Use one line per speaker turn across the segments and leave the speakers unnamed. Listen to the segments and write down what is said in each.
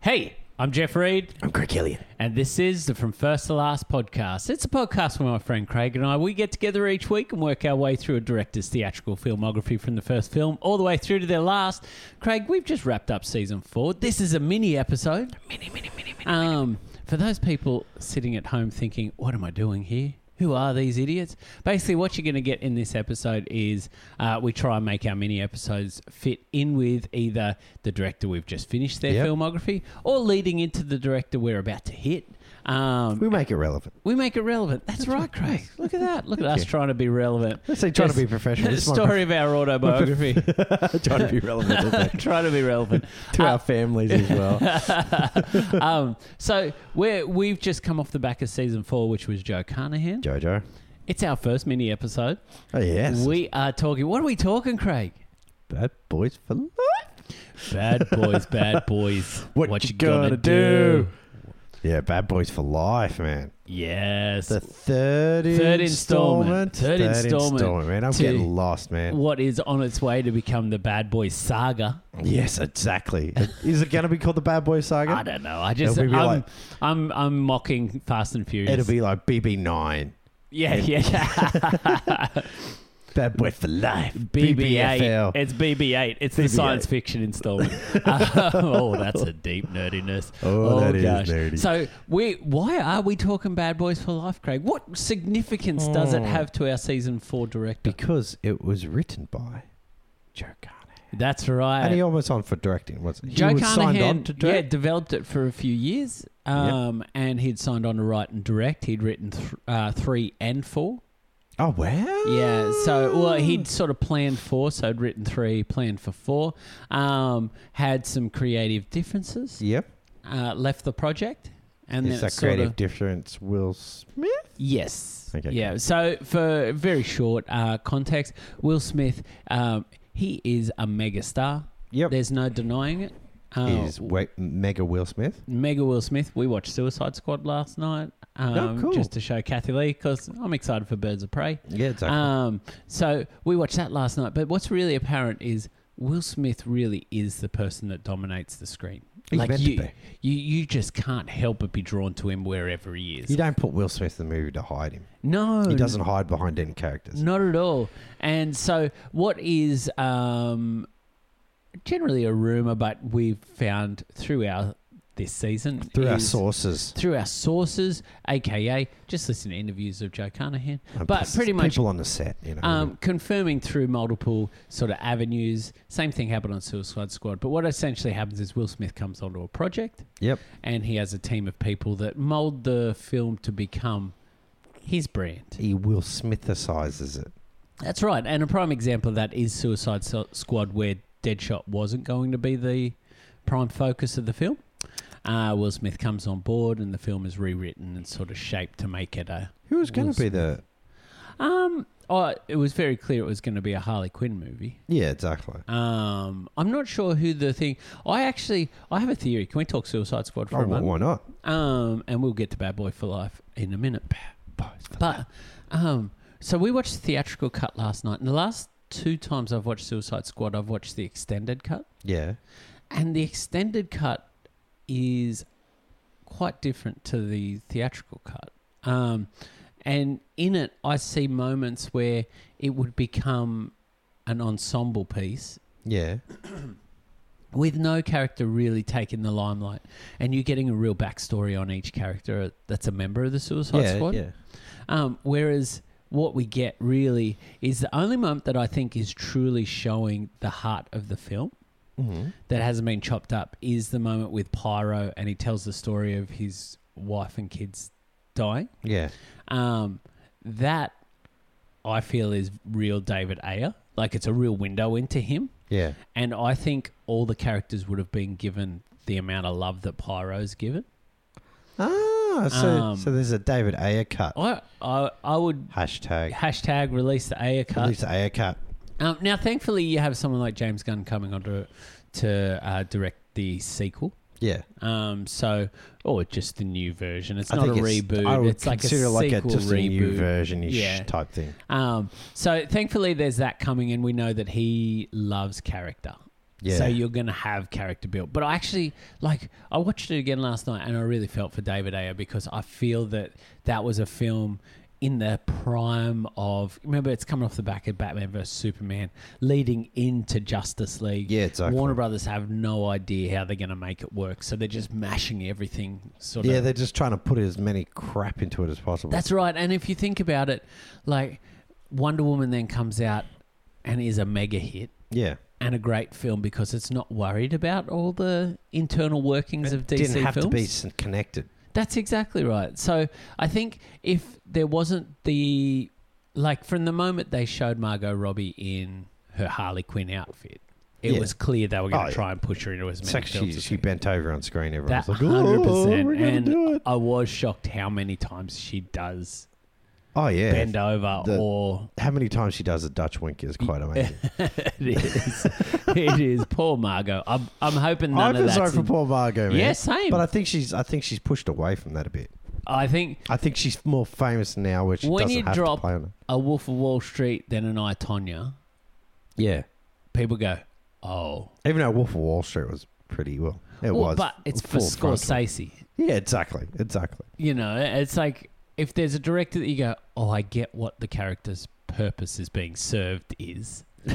Hey, I'm Jeff Reed,
I'm Craig Killian.
and this is the From First to Last podcast. It's a podcast where my friend Craig and I we get together each week and work our way through a director's theatrical filmography from the first film all the way through to their last. Craig, we've just wrapped up season four. This is a mini episode.
Mini, mini, mini, mini.
Um, for those people sitting at home thinking, what am I doing here? Who are these idiots? Basically, what you're going to get in this episode is uh, we try and make our mini episodes fit in with either the director we've just finished their
Yep.
filmography or leading into the director we're about to hit. Um,
We make it relevant.
we make it relevant. That's, right, Craig. Look at that. Look at us
you.
trying to be relevant.
Let's say trying to
Just
be professional.
The
This is my
story of our autobiography.
Trying to be relevant isn't it?
trying to be relevant.
to our families as well.
um, so we're, we've just come off the back of season four, which was Joe Carnahan.
Jojo.
It's our first mini episode.
Oh yes.
We are talking. What are we talking, Craig?
Bad boys for life.
Bad boys, bad boys.
What you gonna do? Yeah, bad boys for life, man.
Yes.
The third,
Third installment.
installment.
Third installment
man. I'm
to-
getting lost, man.
what is on its way to become the Bad Boys saga?
Yes, exactly. is it going to be called the Bad Boys Saga?
I don't know. I just
It'll
I'm,
be like-
I'm I'm mocking Fast and Furious.
It'll be like BB9.
yeah yeah.
Bad boy for life.
BB8.
BBFL.
It's BB8. It's the
BB-8.
science fiction installment. Uh, oh, that's a deep nerdiness.
Oh, that is nerdy.
So, we why are we talking Bad Boys for Life, Craig? What significance does
Oh.
it have to our season four director?
Because it was written by Joe Carnahan.
That's right.
and he almost on for directing, wasn't he?
Uh, Joe
he was signed
Carnahan
on to
yeah,
direct.
developed it for a few years,
Yep.
um, and he'd signed on to write and direct. He'd written th- uh, three and four.
Oh, wow.
Yeah, so well,
Mm.
he'd sort of planned four, so I'd written three, planned for four. Um, had some creative differences,
Yep.
uh, left the project, and
Is
then it
that
sort
creative
of
difference Will Smith?
yes,
Okay,
yeah. So for very short uh, context, Will Smith, um, he is a megastar.
Yep.
There's no denying it. Uh,
Is we- mega Will Smith?
Mega Will Smith. We watched Suicide Squad last night, um,
Oh, cool.
just to show Kathy Lee because I'm excited for Birds of Prey.
Yeah, exactly.
Um, so we watched that last night. But what's really apparent is Will Smith really is the person that dominates the screen.
He's meant to
you,
be.
you, you just can't help but be drawn to him wherever he is.
you don't put Will Smith in the movie to hide him.
no,
He doesn't hide behind any characters.
not at all. And so, what is um, generally a rumor, but we've found through our this season
Through our
is-
sources.
through our sources, aka just listen to interviews of Joe Carnahan,
And
but
plus
pretty much
People on the set, you know.
um, confirming through multiple sort of avenues. Same thing happened on Suicide Squad, but what essentially happens is Will Smith comes onto a project
yep.
and he has a team of people that mold the film to become his brand.
He Will Smithicizes it.
That's right, and a prime example of that is Suicide So- Squad, where Deadshot wasn't going to be the prime focus of the film. Uh, Will Smith comes on board, and the film is rewritten and sort of shaped to make it a
Who was going
Will
to be the.
Um, oh, it was very clear it was going to be a Harley Quinn movie.
Yeah, exactly.
Um, I'm not sure who the thing. I actually, I have a theory. Can we talk Suicide Squad for
Oh,
a
wh-
moment?
why not?
Um, and we'll get to Bad Boy for Life in a minute. But, um, so we watched the theatrical cut last night, and the last two times I've watched Suicide Squad, I've watched the extended cut,
Yeah.
and the extended cut is quite different to the theatrical cut. Um, and in it, I see moments where it would become an ensemble piece
Yeah.
with no character really taking the limelight, and you're getting a real backstory on each character that's a member of the Suicide
yeah,
Squad.
yeah.
Um, whereas what we get really is the only moment that I think is truly showing the heart of the film
Mhm.
that hasn't been chopped up is the moment with Pyro, and he tells the story of his wife and kids dying.
Yeah.
Um, that I feel is real David Ayer. Like it's a real window into him.
Yeah.
And I think all the characters would have been given the amount of love that Pyro's given.
Ah, so,
Um, Oh,
so there's a David Ayer cut.
I I, I would
Hashtag.
hashtag release the Ayer cut.
Release the Ayer cut.
Um, now, thankfully, you have someone like James Gunn coming on to, to uh, direct the sequel.
Yeah.
Um, so, or just the new version. It's
I
not a
think it's-
reboot.
I would
it's like a
consider
sequel
like a just
reboot.
a new version ish
Yeah.
type thing.
Um, so thankfully, there's that coming, and we know that he loves character.
Yeah.
So you're going to have character built. But I actually, like, I watched it again last night and I really felt for David Ayer because I feel that that was a film in the prime of. Remember, it's coming off the back of Batman vs. Superman, leading into Justice League.
Yeah, exactly.
Warner Brothers have no idea how they're going to make it work. So they're just mashing everything sort
yeah,
of
they're just trying to put as many crap into it as possible.
that's right. And if you think about it, like Wonder Woman then comes out and is a mega hit
yeah.
and a great film because it's not worried about all the internal workings of DC
Didn't have
films.
to be s- connected.
That's exactly right. So I think if there wasn't the like from the moment they showed Margot Robbie in her Harley Quinn outfit, it
Yeah.
was clear they were going
Oh,
to
yeah.
try and push her into as many
It's like
films
she,
as
she
they could.
bent over on screen. Everyone
That
was like, oh,
100%,
we're going
and-
to do it.
I was shocked how many times she does
Oh, yeah.
bend over
The-
or
How many times she does a Dutch wink is quite amazing.
it is. it is. Poor Margot. I'm, I'm hoping none
I
of
feel
that's.
sorry for
in-
poor Margot, man.
yeah, same.
But I think she's I think she's pushed away from that a bit.
I think
I think she's more famous now, which
When
doesn't
you
have
drop-
to play on it.
a Wolf of Wall Street, then an I Tonya.
Yeah.
People go, oh,
Even though Wolf of Wall Street was pretty well. It
Well,
was.
but it's for
full frontal.
Scorsese.
Yeah, exactly. Exactly.
You know, it's like if there's a director that you go, oh, I get what the character's purpose is being served is.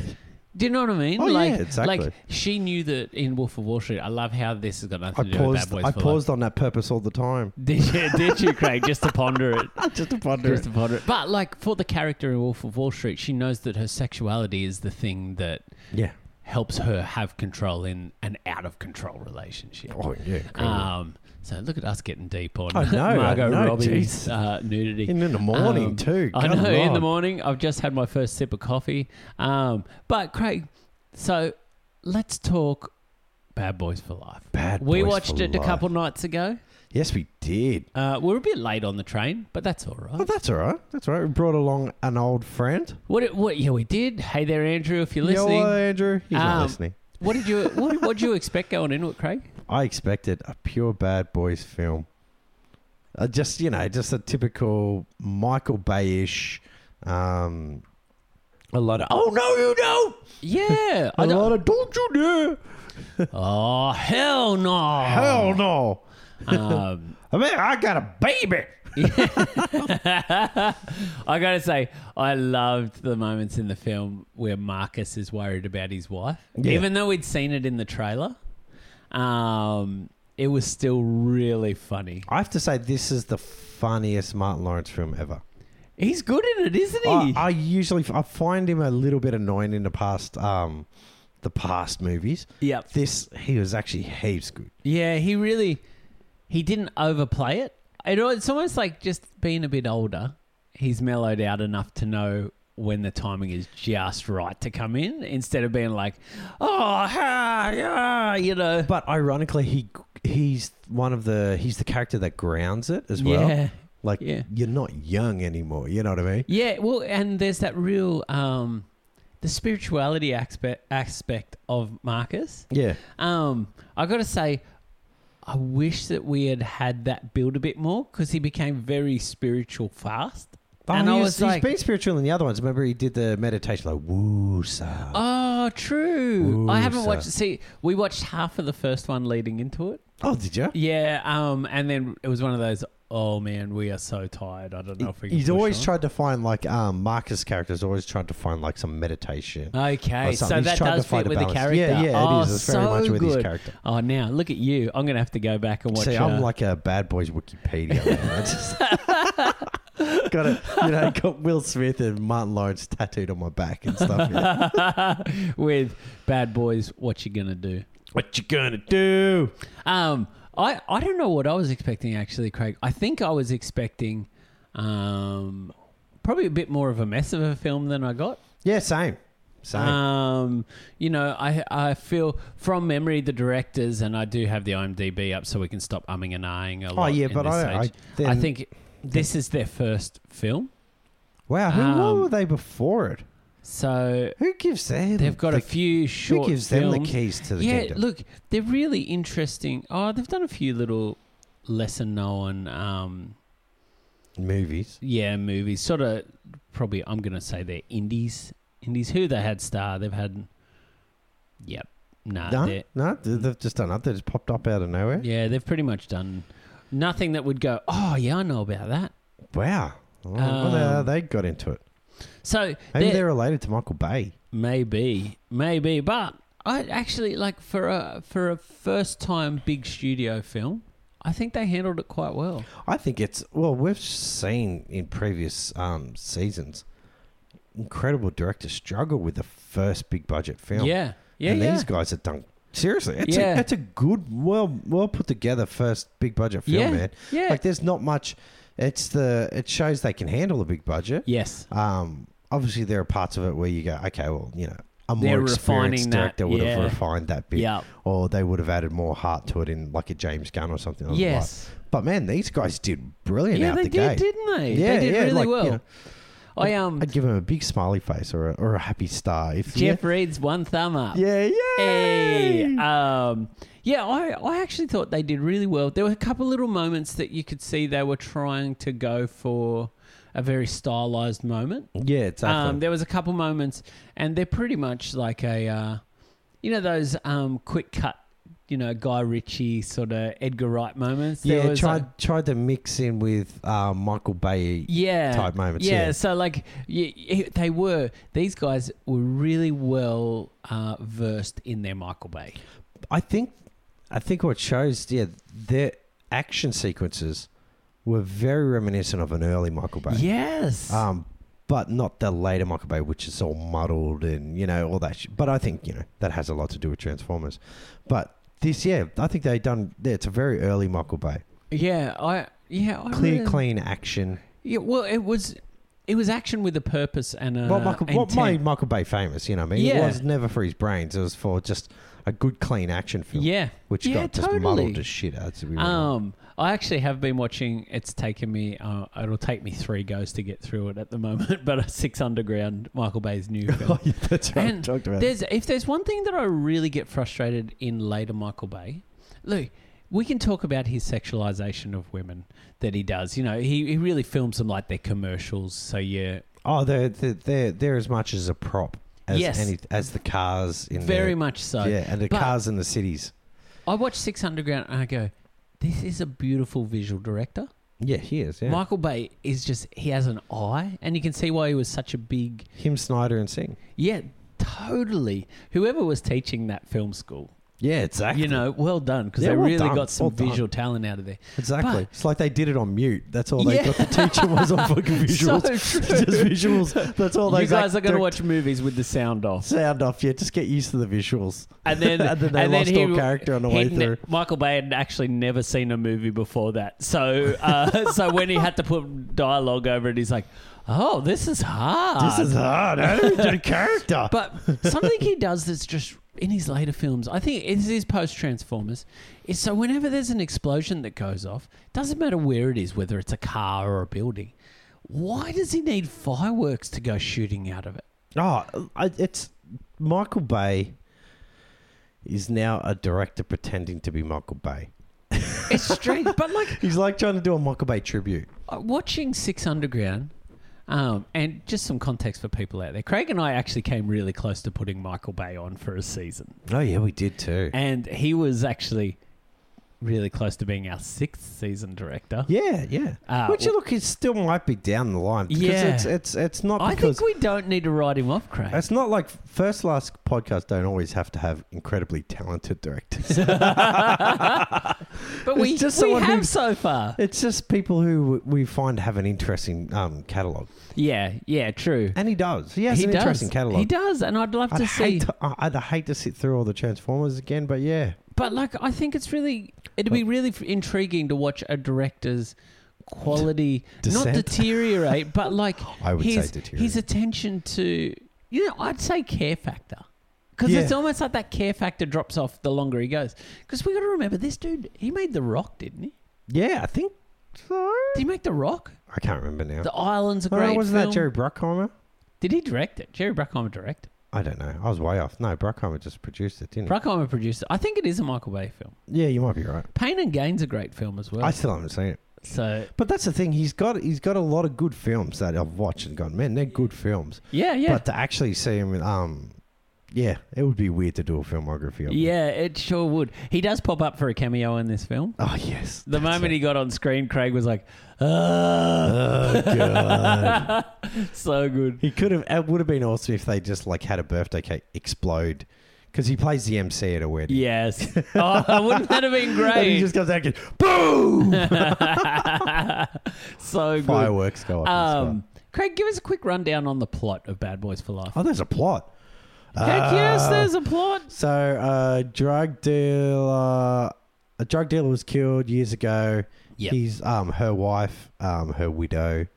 Do you know what I mean?
Oh, yeah,
like,
exactly.
Like she knew that in Wolf of Wall Street. I love how this has got
I
nothing to do with Bad
paused
Boys
I
for Life.
paused on that purpose all the time.
Did you, did you, Craig? Just to ponder it.
Just to ponder
Just upon it. But like for the character in Wolf of Wall Street, she knows that her sexuality is the thing that
Yeah.
helps her have control in an out of control relationship.
Oh yeah. cool.
Um, so look at us getting deep on
I know, I
Margot
know,
Robbie's
Jesus.
uh, nudity.
in, the morning
um,
too.
I
Good
know. In the
Lord.
morning, I've just had my first sip of coffee. Um, but Craig, so let's talk Bad Boys for Life.
Bad
we
Boys
watched
for
it a
Life.
couple nights ago.
Yes, we did.
Uh, we were a bit late on the train, but that's all right.
Oh, that's all right. That's all right. We brought along an old friend.
What? What? Yeah, we did. Hey there, Andrew. If you're listening,
Yo, Andrew. He's
Um,
not listening.
what did you what, what did you expect going into it, Craig?
I expected a pure bad boys film. Uh, just you know, just a typical Michael Bay-ish. Um, a lot of oh no, you don't. uh,
Yeah,
A
I don't-
lot of don't you dare.
oh hell
Oh.
no,
Hell no.
Um,
I mean, I got a baby.
I gotta say, I loved the moments in the film where Marcus is worried about his wife,
Yeah.
even though we'd seen it in the trailer. Um, it was still really funny.
I have to say, this is the funniest Martin Lawrence film ever.
He's good in it, isn't
I,
he?
I usually I find him a little bit annoying in the past, um, the past movies.
yep.
This he was actually heaps good.
Yeah, he really he didn't overplay it. It al- it's almost like just being a bit older, he's mellowed out enough to know when the timing is just right to come in instead of being like, oh, ha, yeah, you know.
But ironically, he he's one of the he's the character that grounds it as well.
Yeah.
Like
yeah.
you're not young anymore. You know what I mean?
Yeah, well, and there's that real um the spirituality aspect aspect of Marcus.
Yeah.
Um, I got to say, I wish that we had had that build a bit more because he became very spiritual fast.
But
And I
he's,
was
he's
like-
been spiritual in the other ones. Remember, he did the meditation like woo sa.
Oh, true.
Ooh,
I haven't
so-
watched. See, we watched half of the first one leading into it.
Oh, did you?
Yeah. Um, and then it was one of those. Oh man, we are so tired. I don't know if we. Can
He's
push
always
on."
tried to find like um, Marcus' characters always tried to find like some meditation. or
Okay, so
something. He's
that
tried to
does fit
find a
with the
balance.
character.
Yeah, yeah,
oh,
it is. It's
so
very much
good.
with his character.
Oh, now look at you. I'm gonna have to go back and watch.
See,
uh,
I'm like a bad boys Wikipedia. Man. I just got a, you know, got Will Smith and Martin Lawrence tattooed on my back and stuff. yeah.
with bad boys. What you gonna do?
what you gonna do?
Um, I I don't know what I was expecting actually, Craig. I think I was expecting, um, probably a bit more of a mess of a film than I got.
Yeah, same, same.
Um, you know, I I feel from memory the directors, and I do have the IMDb up, so we can stop umming and ahing a
oh
lot.
yeah,
in
but
this
I, I,
age.
then,
I think this is their first film,
wow, who what
um,
were they before it?
so
Who gives them?
they've got
the,
a few short
Who gives
films.
them the keys to the
yeah,
kingdom?
look, they're really interesting. Oh, they've done a few little lesser known, um,
Movies.
yeah, movies. Sort of, probably. I'm gonna say they're indies. Indies. Who they had star? They've had. Yep. Nah,
no,
they're-
no, they- they've just done that. They just popped up out of nowhere.
yeah, they've pretty much done nothing that would go. Oh yeah, I know about that.
Wow. Oh, well,
Um,
they, they got into it.
So
Maybe
there-
they're related to Michael Bay.
Maybe, maybe, but I actually like for a for a first time big studio film. I think they handled it quite well.
I think it's well, we've seen in previous um, seasons incredible directors struggle with the first big budget film.
Yeah, yeah,
and
yeah.
these guys have done seriously. It's
Yeah.
a, that's a good, well, well put together first big budget film,
Yeah,
man.
yeah.
Like there's not much. It's the it shows they can handle a big budget.
yes,
Um, obviously there are parts of it where you go, okay, well, you know, a more
They're refining
experienced
that,
director would
yeah.
have refined that bit,
yeah,
or they would have added more heart to it in like a James Gunn or something. Like that.
yes,
But man, these guys did brilliant
yeah.
out
They
the
did,
gate.
didn't they?
Yeah,
they did
yeah,
really
like, you
well.
know,
I um,
I'd give him a big smiley face or a, or a happy star. If
Jeff Reed's one thumb up.
yeah, yeah,
Hey, um, yeah, I, I actually thought they did really well. There were a couple little moments that you could see they were trying to go for a very stylized moment.
yeah, exactly.
Um, there was a couple moments, and they're pretty much like a, uh, you know, those um, quick cut, you know, Guy Ritchie sort of Edgar Wright moments. There
yeah,
was
tried
like-
tried to mix in with um, Michael Bay
yeah,
type moments.
Yeah,
Yeah,
so like y y- they were these guys were really well uh, versed in their Michael Bay.
I think I think what shows, yeah, their action sequences were very reminiscent of an early Michael Bay.
Yes.
Um, but not the later Michael Bay, which is all muddled and you know all that. Sh- but I think you know that has a lot to do with Transformers. But this, yeah, I think they done. Yeah, it's a very early Michael Bay,
yeah, I yeah I
clear,
really-
clean action.
Yeah, well, it was it was action with a purpose and a
what Michael, what
Uh, intent.
made Michael Bay famous? You know, what I mean, it
Yeah.
was never for his brains. It was for just a good, clean action film.
yeah,
Which
yeah,
got just
totally.
muddled as shit out to be real.
Um, I actually have been watching. It's taken me. Uh, it'll take me three goes to get through it at the moment. But Six Underground, Michael Bay's new film.
Oh, yeah, that's right. I
and
talked about it.
There's if there's one thing that I really get frustrated in later Michael Bay, look, we can talk about his sexualization of women that he does. You know, he, he really films them like they're commercials. So yeah,
Oh, they're, they're they're they're as much as a prop as
Yes.
any as the cars in
very
the,
much so.
yeah, and the
But-
cars in the cities.
I watch Six Underground and I go, this is a beautiful visual director.
Yeah, he is. Yeah,
Michael Bay is just he has an eye, and you can see why he was such a big
him, Snyder, and Singh.
yeah. Totally. Whoever was teaching that film school,
Yeah, exactly.
you know, well done because
Yeah,
they
well
really
done,
got some
well done.
visual talent out of there.
exactly.
but-
it's like they did it on mute. That's all they
Yeah.
got. The teacher was on fucking
So
visuals.
true.
just visuals. That's all they.
you guys are going to watch movies with the sound off,
sound off. Yeah, just get used to the visuals.
and then
And then they lost all character on the way
he'd
through.
Michael Bay had actually never seen a movie before that, so uh, so when he had to put dialogue over it, he's like, "Oh, this is hard.
This is hard. eh? I don't even do character.
But something he does that's just in his later films, I think it's his post Transformers, is so whenever there's an explosion that goes off, doesn't matter where it is, whether it's a car or a building, why does he need fireworks to go shooting out of it?
Oh, I- it's Michael Bay is now a director pretending to be Michael Bay.
It's strange. but like
He's like trying to do a Michael Bay tribute.
uh, watching Six Underground, um, and just some context for people out there, Craig and I actually came really close to putting Michael Bay on for a season.
Oh yeah, we did too.
And he was actually really close to being our sixth season director.
yeah, yeah.
Uh,
Which look, it still might be down the line. Because
Yeah.
it's it's it's not
I think
because
we don't need to write him off, Craig.
it's not like first last podcast don't always have to have incredibly talented directors.
but we,
It's just
we
someone
have
who-
so far.
it's just people who w- we find have an interesting um, catalog,
Yeah, yeah, true.
and he does. He has an interesting catalog.
He does, and I'd love
I'd
to see.
hate to, I- I'd hate to sit through all the Transformers again, but yeah,
But like, I think it's really it'd be really f- intriguing to watch a director's quality not
Descent.
deteriorate, but like
I would say
his
deteriorate.
his attention to you know I'd say care factor. Because
Yeah.
it's almost like that care factor drops off the longer he goes. Because we got to remember, this dude, he made The Rock, didn't he?
yeah, I think so.
Did he make The Rock?
I can't remember now.
The Island's a
Oh,
great
wasn't
film.
that Jerry Bruckheimer?
Did he direct it? Jerry Bruckheimer directed.
I don't know. I was way off. No, Bruckheimer just produced it, didn't he?
Bruckheimer produced it. I think it is a Michael Bay film.
yeah, you might be right.
Pain and Gain's a great film as well.
I still haven't seen it.
so
But that's the thing. He's got he's got a lot of good films that I've watched and gone, man, they're good films.
yeah, yeah,
But to actually see him, um, Yeah, it would be weird to do a filmography. of him.
Yeah, it sure would. He does pop up for a cameo in this film.
Oh yes.
The moment he got on screen, Craig was like, "Ah,
Oh, God.
so good."
He could have. It would have been awesome if they just like had a birthday cake explode, because he plays the MC at a wedding.
Yes. Oh, wouldn't that have been
And he
great?
just goes out and goes, boom!
so good.
Fireworks go up. Um,
Um, Craig, give us a quick rundown on the plot of Bad Boys for Life.
oh, there's a plot.
Heck yes,
Uh,
there's a plot.
So, a drug dealer, a drug dealer was killed years ago.
Yep.
He's um her wife, um her widow,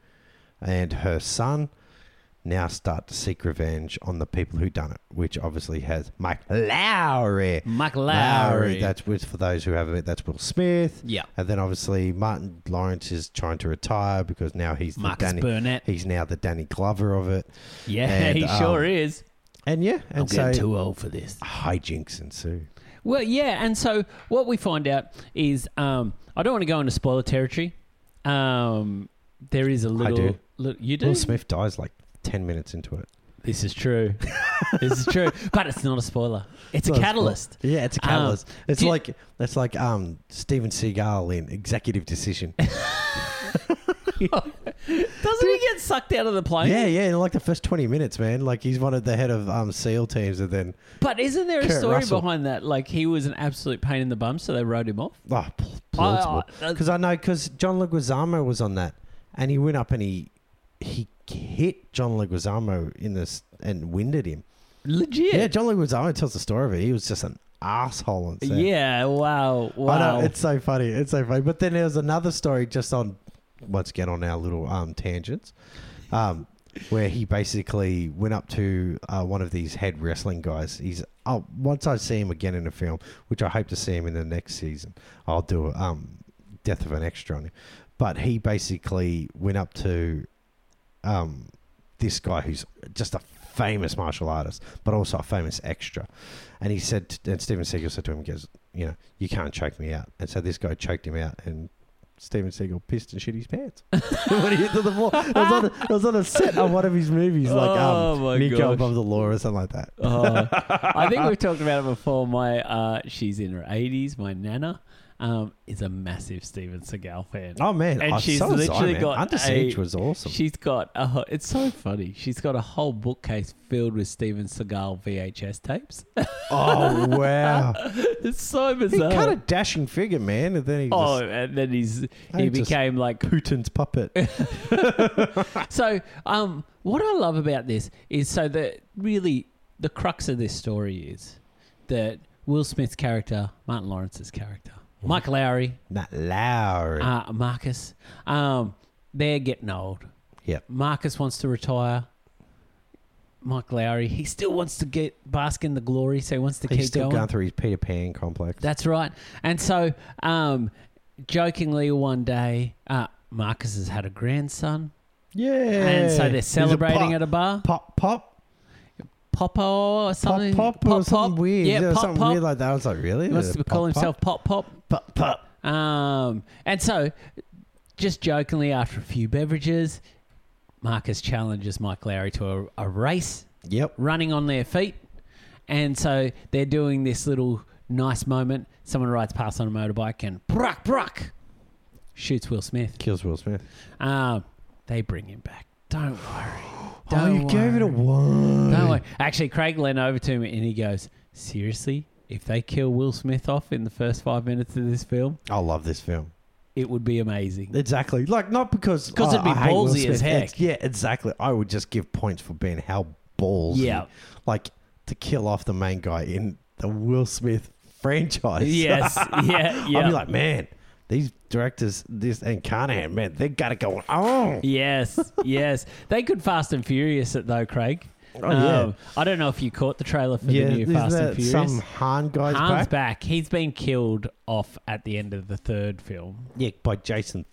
and her son now start to seek revenge on the people who done it, which obviously has Mike Lowry.
Mike Lowry.
That's with for those who have it. That's Will Smith.
Yeah.
And then obviously Martin Lawrence is trying to retire because now he's the
Marcus
Danny.
Burnett.
He's now the Danny Glover of it.
yeah,
and,
he
um,
sure is.
And yeah, and
I'm
so
getting too old for this.
hijinks ensue.
Well, yeah, and so what we find out is um, I don't want to go into spoiler territory. Um, there is a little.
do.
lit- you do.
Will Smith dies like ten minutes into it.
This is true. this is true, but it's not a spoiler. It's
Not
a
a
catalyst.
Yeah, it's a
Um,
catalyst. it's
do you-
like that's like um Steven Seagal in Executive Decision.
Doesn't he get sucked out of the plane?
yeah, yeah, in like the first twenty minutes, man. Like he's one of the head of um SEAL teams, and then
But isn't there a
Kurt
story
Russell.
behind that? Like he was an absolute pain in the bum, so they wrote him off. Oh, uh,
oh, pl- plausible.
I- I-
Because I know, because John Leguizamo was on that, and he went up and he he hit John Leguizamo in this and winded him.
Legit.
Yeah, John Leguizamo tells the story of it. He was just an asshole on set.
Yeah, Wow. Wow.
I know uh, it's so funny. It's so funny. But then there was another story just on once again on our little um tangents, um, where he basically went up to uh, one of these head wrestling guys. He's oh, once I see him again in a film, which I hope to see him in the next season. I'll do a um, death of an extra on him. But he basically went up to um, this guy who's just a famous martial artist, but also a famous extra. And he said, t- and Steven Seagal said to him, he goes, you know, you can't choke me out. And so this guy choked him out, and Steven Seagal pissed and shit his pants when he hit to the floor. It was, on a, it was on a set of one of his movies, like
Oh
um,
my
Nico
gosh.
Above the Law or something like that.
Oh, I think we've talked about it before. My, uh, she's in her eighties. My nana, um, is a massive Steven Seagal fan.
Oh man,
And
oh,
she's
so was I,
literally
man.
got
Under
a-
Siege was awesome.
She's got a. ho- It's so funny. She's got a whole bookcase filled with Steven Seagal VHS tapes.
oh wow,
it's so
he
bizarre.
cut a dashing figure, man, and then he
oh,
just
and then he's he
I just-
became like
Putin's puppet.
So, um, what I love about this is so that really the crux of this story is that Will Smith's character, Martin Lawrence's character,
Mm-hmm.
Mike Lowry,
Not Lowry.
uh, Marcus, um, they're getting old.
Yep.
Marcus wants to retire. Mike Lowry, he still wants to get bask in the glory, so he wants to
He's
keep
still
going.
going through his Peter Pan complex.
That's right. And so, um, jokingly, one day, uh, Marcus has had a grandson,
yeah.
and so they're
He's a
celebrating
pop,
at a bar.
pop pop
Popo or something.
pop pop or something weird.
Yeah,
Yeah,
pop
something
pop.
weird like that. I was like, really?
he must have
Pop,
called
pop?
himself Pop Pop.
pop pop.
Um, and so, just jokingly, after a few beverages, Marcus challenges Mike Lowry to a, a race,
Yep.
running on their feet. And so they're doing this little nice moment. Someone rides past on a motorbike and bruck bruck shoots Will Smith.
Kills Will Smith.
Um, they bring him back. Don't worry.
oh,
Don't
you gave it a
worry.
one.
No way. Actually, Craig leaned over to me and he goes, Seriously? If they kill Will Smith off in the first five minutes of this film,
I love this film.
it would be amazing.
Exactly. Like not because
'Cause it'd be
I hate Will
ballsy as
Smith. It's-
heck.
yeah, exactly. I would just give points for being how ballsy.
Yeah.
Like to kill off the main guy in the Will Smith franchise.
Yes. Yeah.
I'd
Yeah.
be like, man, these directors, this and Carnahan, man, they got it going on.
yes. Yes. They could Fast and Furious it though, Craig. Um,
Oh, yeah.
I don't know if you caught the trailer for
Yeah,
the new
isn't
Fast and
that
Furious.
some Han guy's
Han's
back?
back. He's been killed off at the end of the third film.
Yeah, by Jason.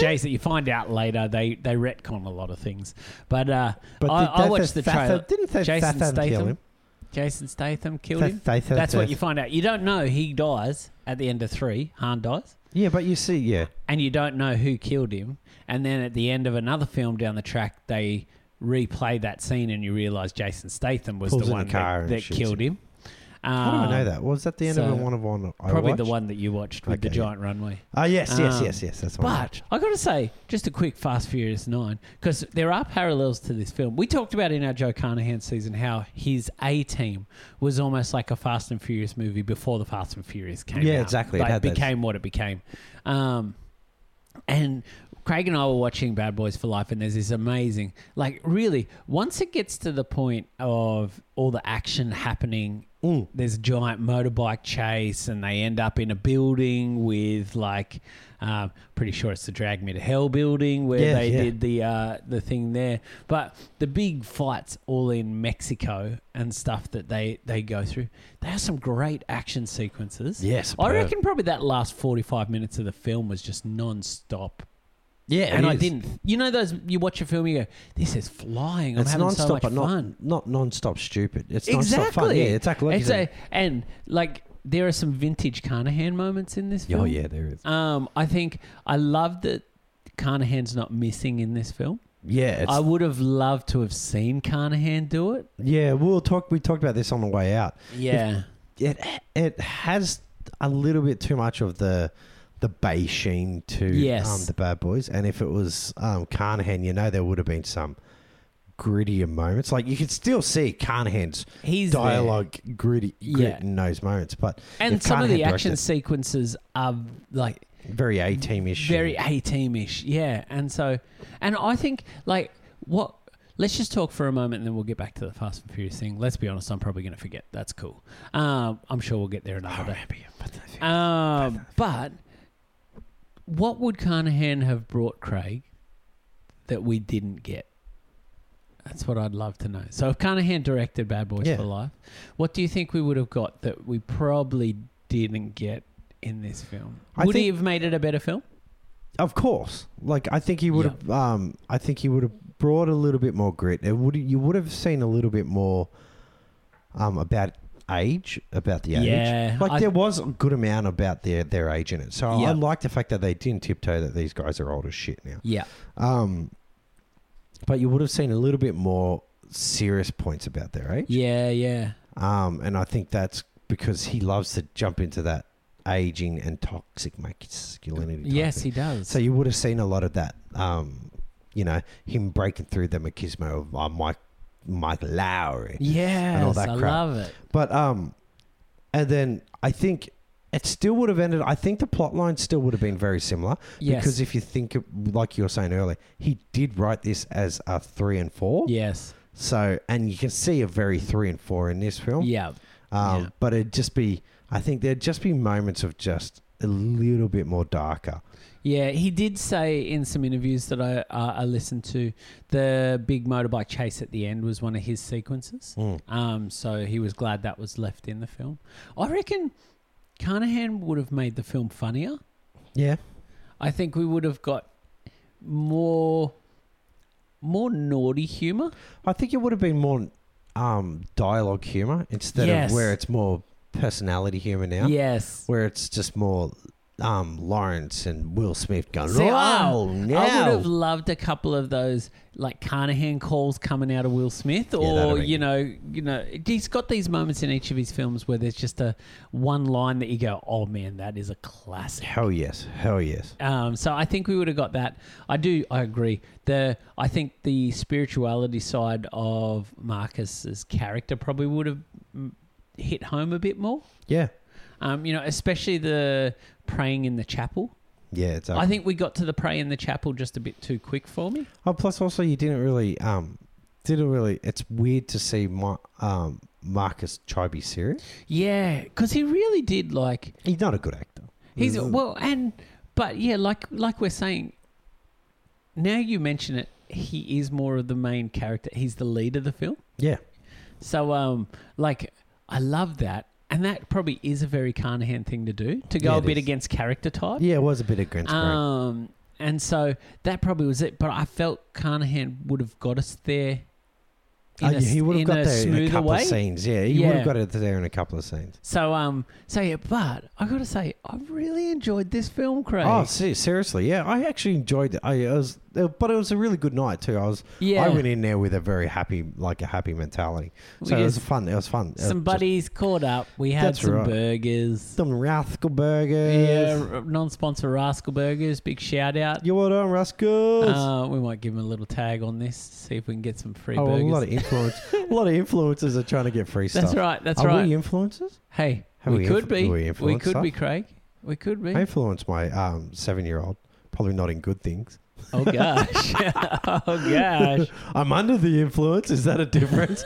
Jason, you find out later they they retcon a lot of things. But uh,
But
I,
did they
I watched the
say
trailer.
Statham- Didn't they
Jason
Statham kill
Statham?
him?
Jason Statham killed him.
Statham-
That's what you find out. You don't know he dies at the end of three. Han dies,
Yeah, but you see, yeah,
and you don't know who killed him. And then at the end of another film down the track, they replay that scene and you realize Jason Statham was
Pulls in
the
the
one
car
that,
and
that
shoots
killed him.
How do I know
Um,
that? Was that the end
so-
of one of one? I
Probably the
watched?
one that you watched with the
Okay, yeah.
giant runway.
Oh yes, yes,
Um,
yes, yes. That's the one. I
But
watched.
I got to say, just a quick Fast Furious Nine, because there are parallels to this film. We talked about in our Joe Carnahan season how his A Team was almost like a Fast and Furious movie before the Fast and Furious came
Yeah,
out.
exactly. It
Like, It
had those-
became what it became. Um, and Craig and I were watching Bad Boys for Life, and there's this amazing, like, really, once it gets to the point of all the action happening
Mm.
there's a giant motorbike chase and they end up in a building with like um, pretty sure it's the drag me to hell building where
Yeah,
they
yeah.
did the uh, the thing there but the big fights all in mexico and stuff that they they go through they have some great action sequences
Yes,
i reckon probably that last 45 minutes of the film was just non-stop
Yeah,
and i didn't you know those you watch a film you go this is flying i'm
it's
having
non-stop,
so much
but not
fun
not non-stop stupid. It's non-stop fun. Yeah, exactly. Like you
It's
said.
a, and like there are some vintage Carnahan moments in this film.
Oh yeah, there is.
Um, I think I love that Carnahan's not missing in this film.
Yeah, it's,
I would have loved to have seen Carnahan do it.
yeah. We'll talk. We talked about this on the way out.
Yeah.
It it has a little bit too much of the the Bay sheen to
Yes.
um, the Bad Boys, and if it was um, Carnahan, you know there would have been some grittier moments. Like you could still see Carnahan's
He's there.
dialogue gritty grit
Yeah.
in those moments, but
And
if
some of
Carnahan
the action
directed,
sequences are like
very A teamish.
very A teamish, yeah. And so, and I think like what. Let's just talk for a moment, and then we'll get back to the Fast and Furious thing. Let's be honest, I'm probably going to forget. That's cool. Um, I'm sure we'll get there
Oh,
another day. Um, but what would Carnahan have brought Craig that we didn't get? That's what I'd love to know. So if Carnahan directed Bad Boys
Yeah.
for Life, what do you think we would have got that we probably didn't get in this film?
I
would he
think-
have made it a better film?
Of course. Like I think he would have. Um, I think he would have brought a little bit more grit. It would. You would have seen a little bit more. Um, about age, about the age.
Yeah,
like
I-
there was a good amount about their their age in it. So
Yeah.
I like the fact that they didn't tiptoe that these guys are old as shit now.
Yeah.
Um, but you would have seen a little bit more serious points about their age.
Yeah, yeah.
Um, and I think that's because he loves to jump into that aging and toxic masculinity. type
Yes,
thing.
he does.
So you would have seen a lot of that. Um, you know, him breaking through the machismo of uh, Mike Mike Lowry.
yes,
and all that
I
crap.
love it.
But um and then I think it still would have ended I think the plot line still would have been very similar.
Yes.
Because if you think of, like you were saying earlier, he did write this as a three and four.
yes.
So and you can see a very three and four in this film.
Yeah.
Um
Yeah.
but it'd just be I think there'd just be moments of just a little bit more darker.
Yeah, he did say in some interviews that I uh, I listened to, the big motorbike chase at the end was one of his sequences.
Mm.
Um, so he was glad that was left in the film. I reckon Carnahan would have made the film funnier.
Yeah.
I think we would have got more more naughty humor.
I think it would have been more um, dialogue humor instead
Yes.
of where it's more personality humor now,
Yes.
where it's just more um, Lawrence and Will Smith going,
See, I-
oh,
I would have
no.
loved a couple of those like Carnahan calls coming out of Will Smith,
that'd
or
be-
you know, you know, he's got these moments in each of his films where there's just a one line that you go, "Oh man, that is a classic."
Hell yes. Hell yes.
Um, so I think we would have got that. I do. I agree. The I think the spirituality side of Marcus's character probably would have mm, hit home a bit more.
Yeah.
Um, you know, especially the praying in the chapel.
Yeah. It's
I think we got to the pray in the chapel just a bit too quick for me.
Oh, plus, also, you didn't really. Um, didn't really. It's weird to see Ma- um, Marcus try be serious.
Yeah, because he really did like
He's not a good actor.
he's
Mm.
well, and but yeah, like like we're saying. Now you mention it, he is more of the main character. He's the lead of the film.
Yeah.
So um, like I love that, and that probably is a very Carnahan thing to do to go
Yeah,
a
it
bit
is.
against character type.
Yeah, it was a bit of Grinch.
um, and so that probably was it. But I felt Carnahan would have got us there. In
Oh,
a
yeah,
s-
he would have
in
got
a
there in a
smoother
couple
way.
of scenes. Yeah, he would
Yeah.
have got it there in a couple of scenes.
So um, so yeah, but I gotta say, I really enjoyed this film, Craig.
Oh, see, seriously, yeah. I actually enjoyed it. I, I was uh, but it was a really good night too. I was
Yeah.
I went in there with a very happy like a happy mentality.
We
So it was
just-
fun. It was fun. It
Some
was
buddies caught up. We had
That's
some
right.
burgers.
just some rascal burgers.
Yeah, r- non-sponsor Rascal Burgers. Big shout out.
You order rascals.
Uh, we might give them a little tag on this. See if we can get some free
oh, a
burgers.
lot of influence. a lot of influencers are trying to get free
that's
stuff.
right. That's
are
right.
we influencers?
hey,
Have
we,
we
could
influ-
be.
do we
We,
influence
could
stuff?
be, Craig. We could be.
I influenced my um, seven-year-old. Probably not in good things.
Oh gosh. oh gosh.
I'm under the influence. Is that a difference?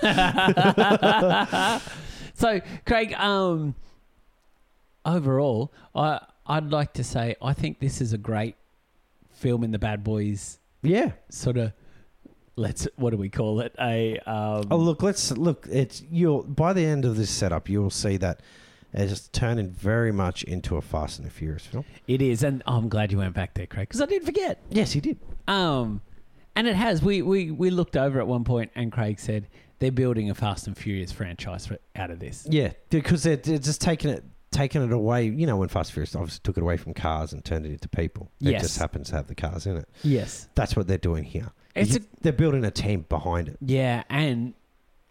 so, Craig, um, overall, I I'd like to say I think this is a great film in the Bad Boys
yeah.
sort of. Let's what do we call it? A um,
Oh, look. Let's look. It's you'll by the end of this setup, you will see that it's turning very much into a Fast and the Furious film.
it is, and I'm glad you went back there, Craig, because I did forget.
Yes, he did.
Um, and it has. We we we looked over at one point, and Craig said they're building a Fast and Furious franchise for, out of this.
Yeah, because they're, they're just taking it taking it away. You know, when Fast and Furious obviously took it away from cars and turned it into people. It
Yes.
just happens to have the cars in it.
Yes,
That's what they're doing here.
it's a
they're building a team behind it.
yeah, and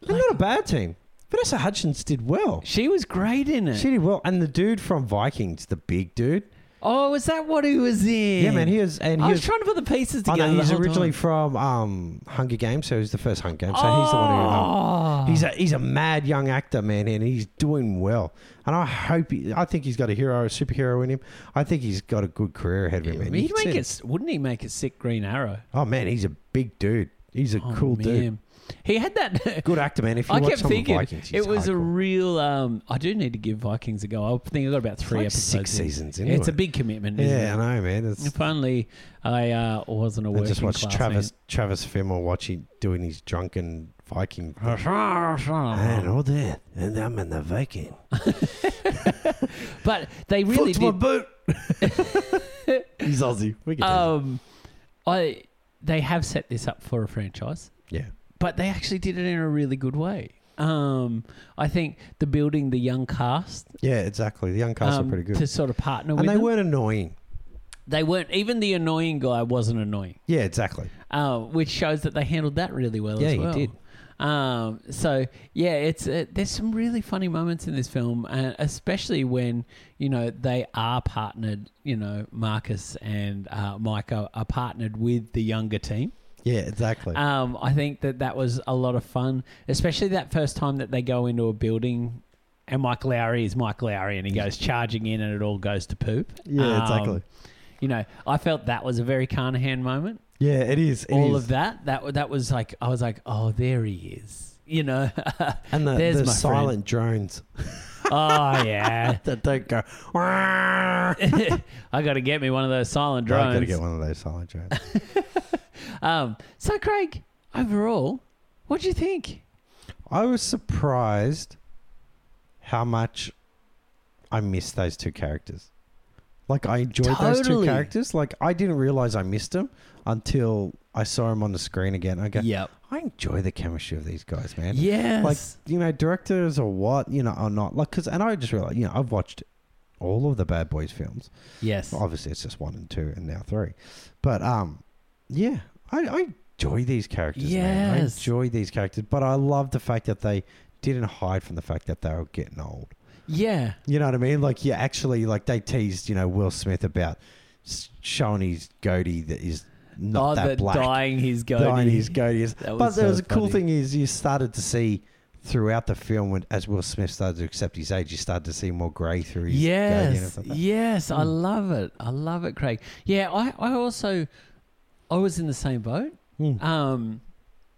They're not a bad team. Vanessa Hudgens did well.
she was great in it.
She did well, and the dude from Vikings, the big dude.
Oh, was that what he was in?
Yeah, Oh, man, he was, and
I
he
was
was.
trying to put the pieces
I
together.
know, he's
the whole
originally
time.
from um, Hunger Games, so he's the first Hunger Games. So he's the one who. um,
Oh.
He's a he's a mad young actor, man, and he's doing well. And I hope he, I think he's got a hero, a superhero in him. I think he's got a good career ahead of him, man. You
He'd
can see
make
it.
it, wouldn't he? Make a sick Green Arrow.
Oh man, he's a big dude. He's a
Oh,
cool dude.
man. He had that.
Good actor, man. If you
I
watch
kept
some
thinking
Vikings, he's
it was a
hardcore.
real. Um, I do need to give Vikings a go. I think I got about
It's
three
like
episodes.
six
in.
seasons.
Yeah,
Into
It's a
it.
big commitment. Isn't
yeah,
it?
I know, man. It's,
If only I uh, wasn't a
I
working
just watched
class
Travis Travis Fimmel watching doing his drunken Viking.
man.
And all that, and I'm in the Viking.
But they really
Fucked
did.
my boot. he's Aussie. We can do
Um, I they have set this up for a franchise.
that. yeah.
but they actually did it in a really good way. Um, I think the building the young cast,
Yeah, exactly. The young cast
um,
are pretty good.
to sort of partner with
and they
them.
weren't annoying.
they weren't even the annoying guy wasn't annoying,
Yeah, exactly.
uh, which shows that they handled that really well.
Yeah,
as
he
well.
did.
Um, so yeah, it's uh, there's some really funny moments in this film, and especially when you know they are partnered. You know, Marcus and uh, Mike are, are partnered with the younger team.
Yeah, exactly. Mm-hmm.
Um, I think that that was a lot of fun, especially that first time that they go into a building and Mike Lowry is Mike Lowry and he goes charging in and it all goes to poop.
yeah,
Um,
exactly.
You know, I felt that was a very Carnahan moment.
Yeah, it is. it
all
is.
of that, that, wa- that was like, I was like, oh, there he is. You know, oh
and the,
There's
the
my Ah.
silent drones
"Oh, yeah,
that don't go.
I got to get me one of those silent
I gotta
drones.
get one of those silent drones.
Um, so, Craig, overall, what do you think?
I was surprised how much I missed those two characters. Like I enjoyed those two
Totally.
characters. Like I didn't realize I missed them until I saw them on the screen again. I go,
Yep.
I enjoy the chemistry of these guys, man.
Yes.
like you know directors or what you know or not like because and i just realized you know i've watched all of the bad boys films
yes.
obviously it's just one and two and now three but um yeah i, I enjoy these characters man. i
Yes.
enjoy these characters but i love the fact that they didn't hide from the fact that they were getting old
Yeah.
you know what i mean like yeah actually like they teased you know will smith about s- showing his goatee that is not
oh,
that
the
black
dying his goatee.
Dying his goatee is-
That
but
was
there
so
was a cool
funny.
thing is you started to see throughout the film when, as Will Smith started to accept his age, you started to see more grey through his goatee and
Yes,
everything.
yes,
Hmm.
I love it. I love it, Craig. Yeah, I, I also, I was in the same boat.
Mm.
Um,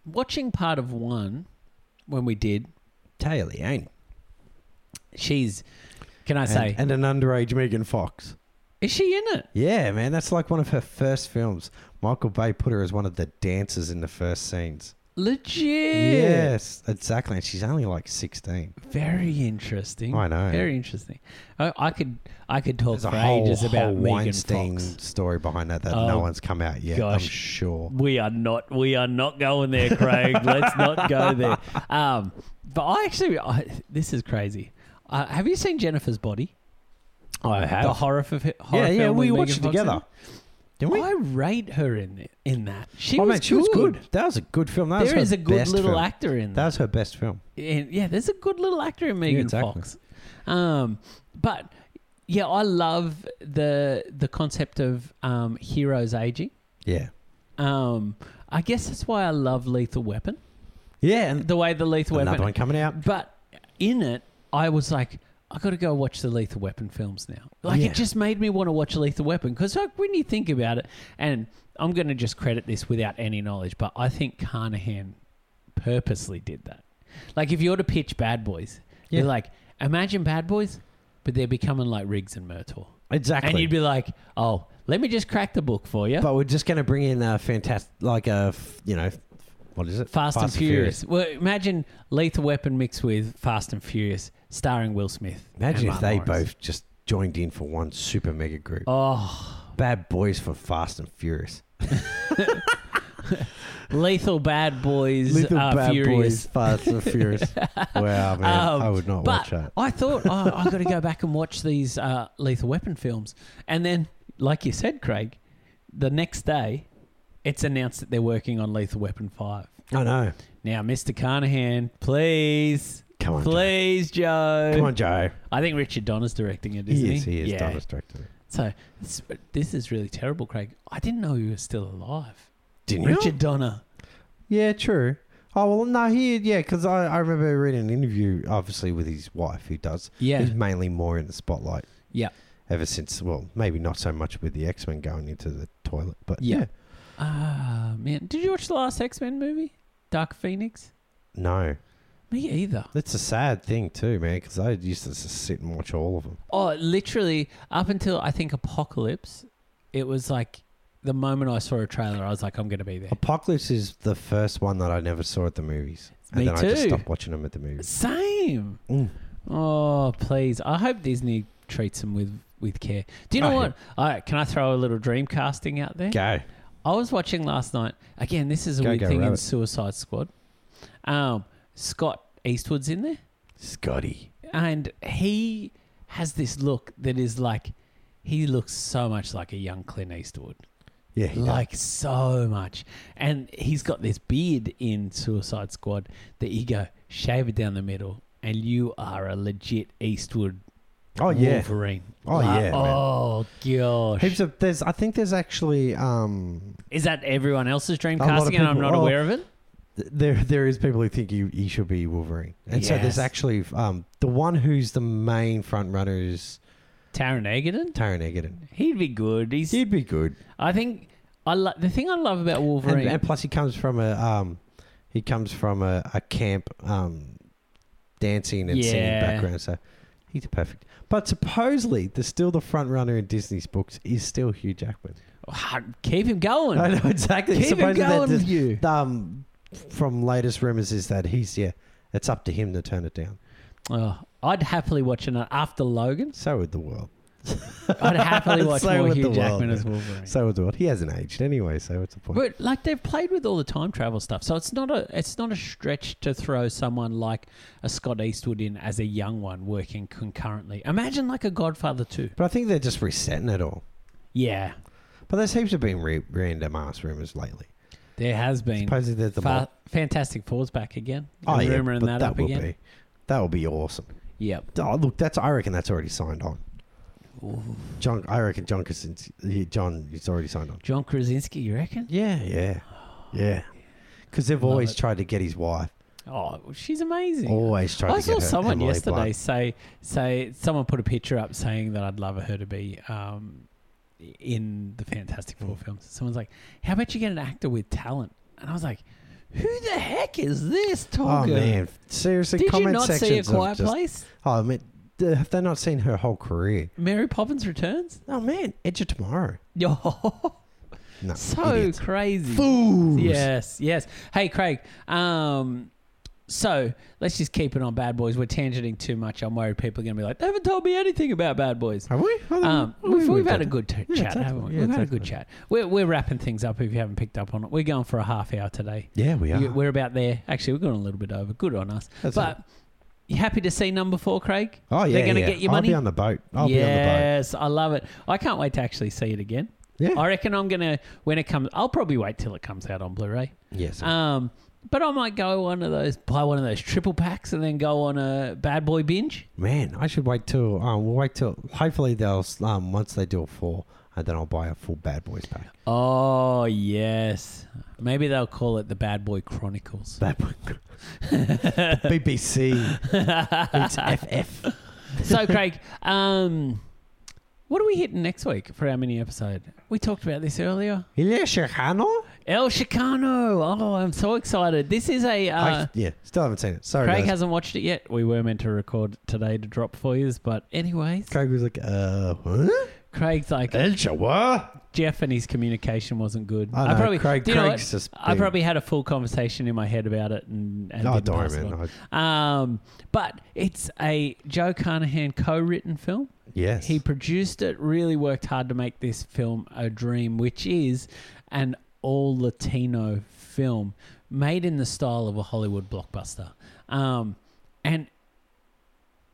watching part of one when we did,
Taylor, ain't he?
she's, can I
and,
say,
and an underage Megan Fox.
is she in it?
Yeah, man, that's like one of her first films. Michael Bay put her as one of the dancers in the first scenes.
Legit.
Yes, exactly. And she's only like sixteen.
Very interesting.
I know.
Very interesting. I, I could, I could talk
There's a
for
whole,
ages about
whole
Megan
Weinstein
Fox.
story behind that that
Oh,
no one's come out yet.
gosh.
I'm sure.
We are not. We are not going there, Craig. Let's not go there. Um, but I actually, I, this is crazy. Uh, have you seen Jennifer's Body?
I
The horror, f- horror
yeah, yeah,
film
we
with
watched it
Megan Fox in
together. Didn't we?
I rate her in it, in that. She,
Oh,
was,
man, she was good. That was a good film. That was
There
her
is a good
best
little
film.
actor in
That
that.
was her best film.
And, yeah, there's a good little actor in Megan
exactly.
Fox. Um, but yeah, I love the the concept of um, heroes aging.
Yeah.
Um, I guess that's why I love Lethal Weapon.
Yeah, and
The way the Lethal
another
Weapon
one coming out.
But in it, I was like, I got to go watch the Lethal Weapon films now. Like,
Yeah.
it just made me want to watch Lethal Weapon because, like, when you think about it, and I'm going to just credit this without any knowledge, but I think Carnahan purposely did that. Like, if you're to pitch Bad Boys,
Yeah.
you're like, imagine Bad Boys, but they're becoming like Riggs and Murtaugh.
Exactly.
And you'd be like, oh, let me just crack the book for you.
but we're just going to bring in a fantastic, like a, f- you know, f- what is it?
Fast, and Furious. Well, imagine Lethal Weapon mixed with Fast and Furious, starring Will Smith.
Imagine
and
if they
Martin Lawrence.
both just joined in for one super mega group.
Oh,
Bad boys for Fast and Furious.
lethal bad boys are furious.
Fast and Furious. wow, man.
Um,
I would not
but
watch that.
I thought, oh, I got to go back and watch these uh, Lethal Weapon films. And then, like you said, Craig, the next day, it's announced that they're working on Lethal Weapon Five.
I know.
Now, Mr. Carnahan, please,
Come on. Joe.
please, Joe.
Come on, Joe.
I think Richard Donner's directing it, isn't
He is. He is.
Yeah.
Yeah. director.
So this, this is really terrible, Craig. I didn't know he was still alive.
Didn't you?
Richard Donner.
Yeah, true. Oh well, no, he yeah, because I, I remember reading an interview, obviously with his wife, who does.
Yeah.
He's mainly more in the spotlight.
Yeah.
Ever since, well, maybe not so much with the X Men going into the toilet, but
Yeah.
yeah.
Ah, man. Did you watch the last X Men movie? Dark Phoenix?
No,
Me either.
that's a sad thing too, man. Because I used to just sit and watch all of them.
Oh, literally, up until I think Apocalypse, it was like the moment I saw a trailer, I was like, I'm going to be there.
Apocalypse is the first one that I never saw at the movies, and
Me
then I just
too.
stopped watching them at the movies.
Same.
Mm.
Oh, please. I hope Disney treats them with, with care. Do you know
Oh, yeah.
what? All right, can I throw a little dream casting out there?
Go.
I was watching last night. Again, this is a
Go,
weird
go,
thing in
rabbit.
Suicide Squad. Um, Scott Eastwood's in there.
Scotty.
and he has this look that is like he looks so much like a young Clint Eastwood,
Yeah. he does.
like so much. And he's got this beard in Suicide Squad that you go shave it down the middle, and you are a legit Eastwood
oh yeah.
Wolverine.
Oh,
Like,
yeah, man.
Oh gosh,
Heaps of, there's, I think there's actually um,
is that everyone else's dream
A lot of
casting, and I'm
people-
not
oh.
aware of it?
th- there there is people who think he, he should be Wolverine, and so
Yes.
there's actually um, the one who's the main front runner is
Taron Egerton,
Taron Egerton.
he'd be good. He's,
He'd be good,
I think, I lo- the thing I love about
and,
Wolverine.
and plus he comes from a um, he comes from a, a camp um, dancing and singing
Yeah.
background, so he's perfect. But supposedly, the still the front runner in Disney's books is still Hugh Jackman.
Keep him going.
I know exactly.
Keep him
Supposedly that
going
the-
with you.
um, from latest rumors is that he's yeah, it's up to him to turn it down.
Oh, I'd happily watch another after Logan.
So would the world.
I'd happily watch
So
more
would the
Hugh
world,
Jackman
man.
as Wolverine.
So would the world. He hasn't aged anyway, so what's the point?
but like they've played with all the time travel stuff, so it's not a it's not a stretch to throw someone like a Scott Eastwood in as a young one working concurrently. Imagine like a Godfather two.
But I think they're just resetting it all.
Yeah,
But there seems to have been re- random ass rumors lately.
there has been
Supposedly there's the
Fa- Fantastic Four's back again.
mul-
They're rumoring
Oh, but
that, up
would
again.
be that would be awesome.
Yep.
Oh, look, that's I reckon that's already signed on. John, I reckon John Krasinski, he- John, he's already signed on.
John Krasinski, you reckon?
Yeah, yeah, yeah. Because they've
Love
always
it.
tried to get his wife.
Oh, she's amazing.
Always tried
I
to get
saw
her.
someone
Emily
yesterday
Blunt.
say say someone put a picture up saying that I'd love her to be um, in the Fantastic
Hmm.
Four films. Someone's like, "How about you get an actor with talent?" And I was like, "Who the heck is this
Oh
talking?"
man, seriously,
Did
comment
you not
sections
see a
of
Quiet
just-
Place?
Oh man, have they not seen her whole career?
Mary Poppins Returns?
Oh man, Edge of Tomorrow.
Yo,
No,
so
idiots.
crazy.
fools.
Yes, yes. Hey, Craig. Um, so let's just keep it on Bad Boys. We're tangenting too much. I'm worried people are going to be like, they haven't told me anything about Bad Boys.
Have we? I
Um,
thought
we've, we've
did
had a
that.
good t-
Yeah,
chat,
exactly.
haven't we?
Yeah,
we've had a good
exactly.
chat. We're, we're wrapping things up if you haven't picked up on it. We're going for a half hour today.
Yeah, we are.
We- We're about there. Actually, we've gone a little bit over. Good on us.
That's
but
it.
you happy to see number four, Craig?
oh yeah,
they're gonna
yeah.
get your
I'll
money?
be on the boat. I'll be on the boat.
yes, I love it. I can't wait to actually see it again.
Yeah.
I reckon I'm gonna when it comes. I'll probably wait till it comes out on Blu-ray.
Yes.
Um, but I might go one of those, buy one of those triple packs, and then go on a bad boy binge.
Man, I should wait till um, we'll wait till hopefully they'll um, once they do a full, and then I'll buy a full Bad Boys pack.
Oh yes, maybe they'll call it the Bad Boy Chronicles.
Bad Boy, BBC, it's FF.
so Craig, um, what are we hitting next week for our mini episode? We talked about this earlier.
Ilya Shihano?
El Chicano. Oh, I'm so excited. This is a. Uh,
I, yeah, still haven't seen it. Sorry,
Craig
guys.
hasn't watched it yet. We were meant to record today to drop for you, but anyways,
Craig was like, uh, huh?
Craig's like
Elcha, what?
Jeff, and his communication wasn't good.
I, know,
probably
Craig,
do you know
Craig's
what?
just.
I
being-
probably had a full conversation in my head about it, and, and
Oh,
didn't
don't
pass it
worry, man. I,
on. Um, but it's a Joe Carnahan co-written film.
yes.
He produced it, really worked hard to make this film a dream, which is an all Latino film made in the style of a Hollywood blockbuster. Um, and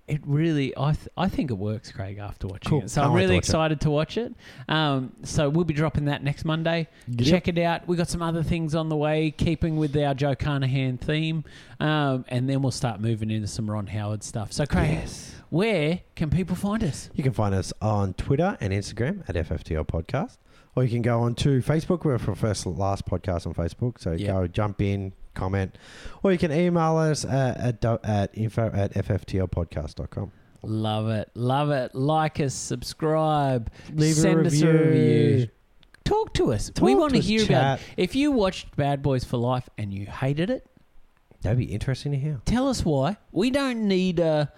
it really, I, th- I think it works, Craig, after watching
Cool.
it. So
Can't
I'm
wait to
really
watch it.
excited to watch it. Um, so we'll be dropping that next Monday. Check it out. We got some other things on the way, keeping with our Joe Carnahan theme. Um, and then we'll start moving into some Ron Howard stuff. So, Craig,
Yes.
where can people find us?
You can find us on Twitter and Instagram at FFTL Podcast, or you can go on to Facebook. We're for first last podcast on Facebook, so
Yeah.
go jump in, comment, or you can email us at, at, do- at info at fftlpodcast.com.
Love it. Love it. Like us, subscribe,
Leave a
send us a review.
review.
Talk to us. we
Talk
want to
to us,
hear about
chat.
it. If you watched Bad Boys for Life and you hated it,
That'd be interesting to hear.
tell us why. We don't need a,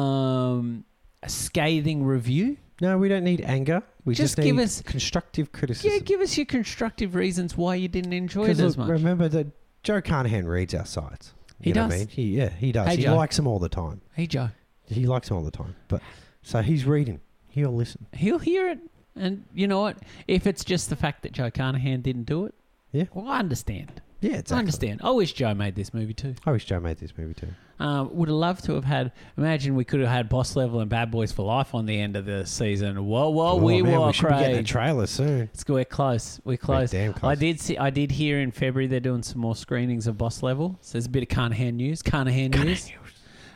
um, a scathing review.
No, we don't need anger. We
Just
just,
give
need
us-
constructive criticism.
Yeah, give us your constructive reasons why you didn't enjoy
'Cause
it as
look,
much.
Remember that Joe Carnahan reads our sides.
He
You know what I
does.
mean? He, yeah, he does.
Hey,
he
Joe.
likes them all the time.
Hey, Joe,
He likes them all the time. But so he's reading. He'll listen.
he'll hear it. And you know what? If it's just the fact that Joe Carnahan didn't do it,
Yeah.
well, I understand.
Yeah, exactly.
I understand. I wish Joe made this movie too.
I wish Joe made this movie too.
Um, would have loved to have had. Imagine we could have had Boss Level and Bad Boys for Life on the end of the season. Whoa, whoa, Oh, we
Oh, man,
were
we should be getting a
Craig.
trailer soon.
It's- we're close. We're close.
damn
I
close.
did see. I did hear in February they're doing some more screenings of Boss Level. So there's a bit of Carnahan news. Carnahan, news.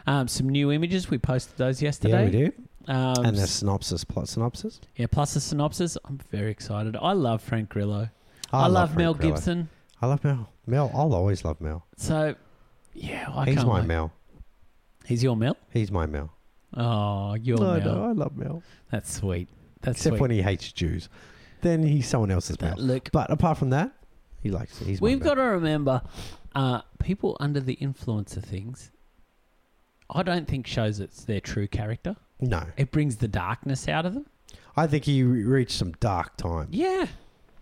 Um, some new images. We posted those yesterday.
Yeah, we do.
Um,
and the
s-
synopsis, plot synopsis.
yeah, plus a synopsis. I'm very excited. I love Frank Grillo. I,
love
love,
Frank
Mel
Grillo.
Gibson.
I love Mel. Mel, I'll always love Mel.
So, yeah, I
He's
can't
my
wait.
Mel.
He's your Mel.
He's my Mel.
Oh, your Mel.
no, no, I love Mel.
That's sweet. That's
Except
sweet.
when he hates Jews, then he's someone else's
That-
Mel.
look,
But apart from that, he likes. He's my
We've
Mel.
got to remember, uh, people under the influence of things. I don't think shows it's their true character.
no.
It brings the darkness out of them.
I think he re- reached some dark times.
Yeah,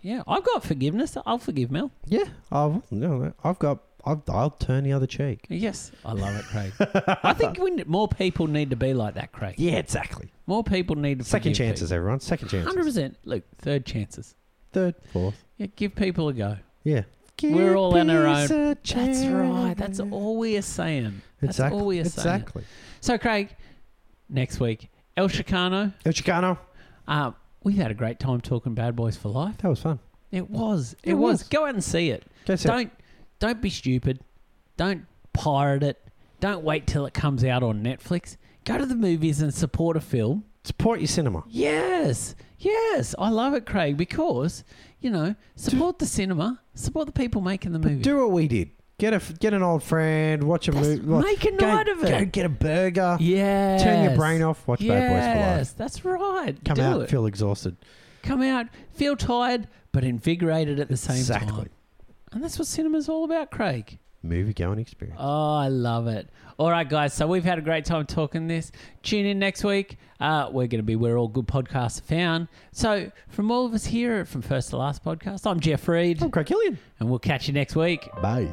yeah. I've got forgiveness. I'll forgive Mel.
Yeah, I've no, I've got. I've, I'll turn the other cheek.
Yes, I love it, Craig. I think we need, more people need to be like that, Craig.
Yeah, exactly.
More people need to
Second
forgive
chances, everyone. Second
people.
chances.
Hundred percent. Look, third chances.
Third, fourth.
Yeah, give people a go.
Yeah.
We're all in our
Give peace a
That's right. That's
chance.
all we are saying. That's
exactly.
all we are saying.
exactly.
So, Craig, next week, El Chicano.
El Chicano.
Uh, we've had a great time talking Bad Boys for Life.
That was fun.
It was. It,
It
was.
was.
Go out and see it.
Go see it.
Don't don't be stupid. Don't pirate it. Don't wait till it comes out on Netflix. Go to the movies and support a film.
Support your cinema.
Yes. Yes. I love it, Craig, because, you know, support the cinema, support the people making the movie.
Do what we did. Get a f- get an old friend. Watch a
That's-
movie. watch-
make a
go,
night of it.
Go get a burger.
yeah.
Turn your brain off. Watch
yes,
Bad Boys for Life.
that's right.
Come
Do
out,
it.
feel exhausted.
Come out, feel tired, but invigorated at the same time.
exactly.
And that's what cinema's all about, Craig.
Movie going experience.
Oh, I love it. All right, guys. So we've had a great time talking this. Tune in next week. Uh, we're going to be where all good podcasts are found. So, from all of us here at From First to Last Podcast, I'm Jeff Reed,
Oh. I'm Craig Killian.
and we'll catch you next week.
Bye.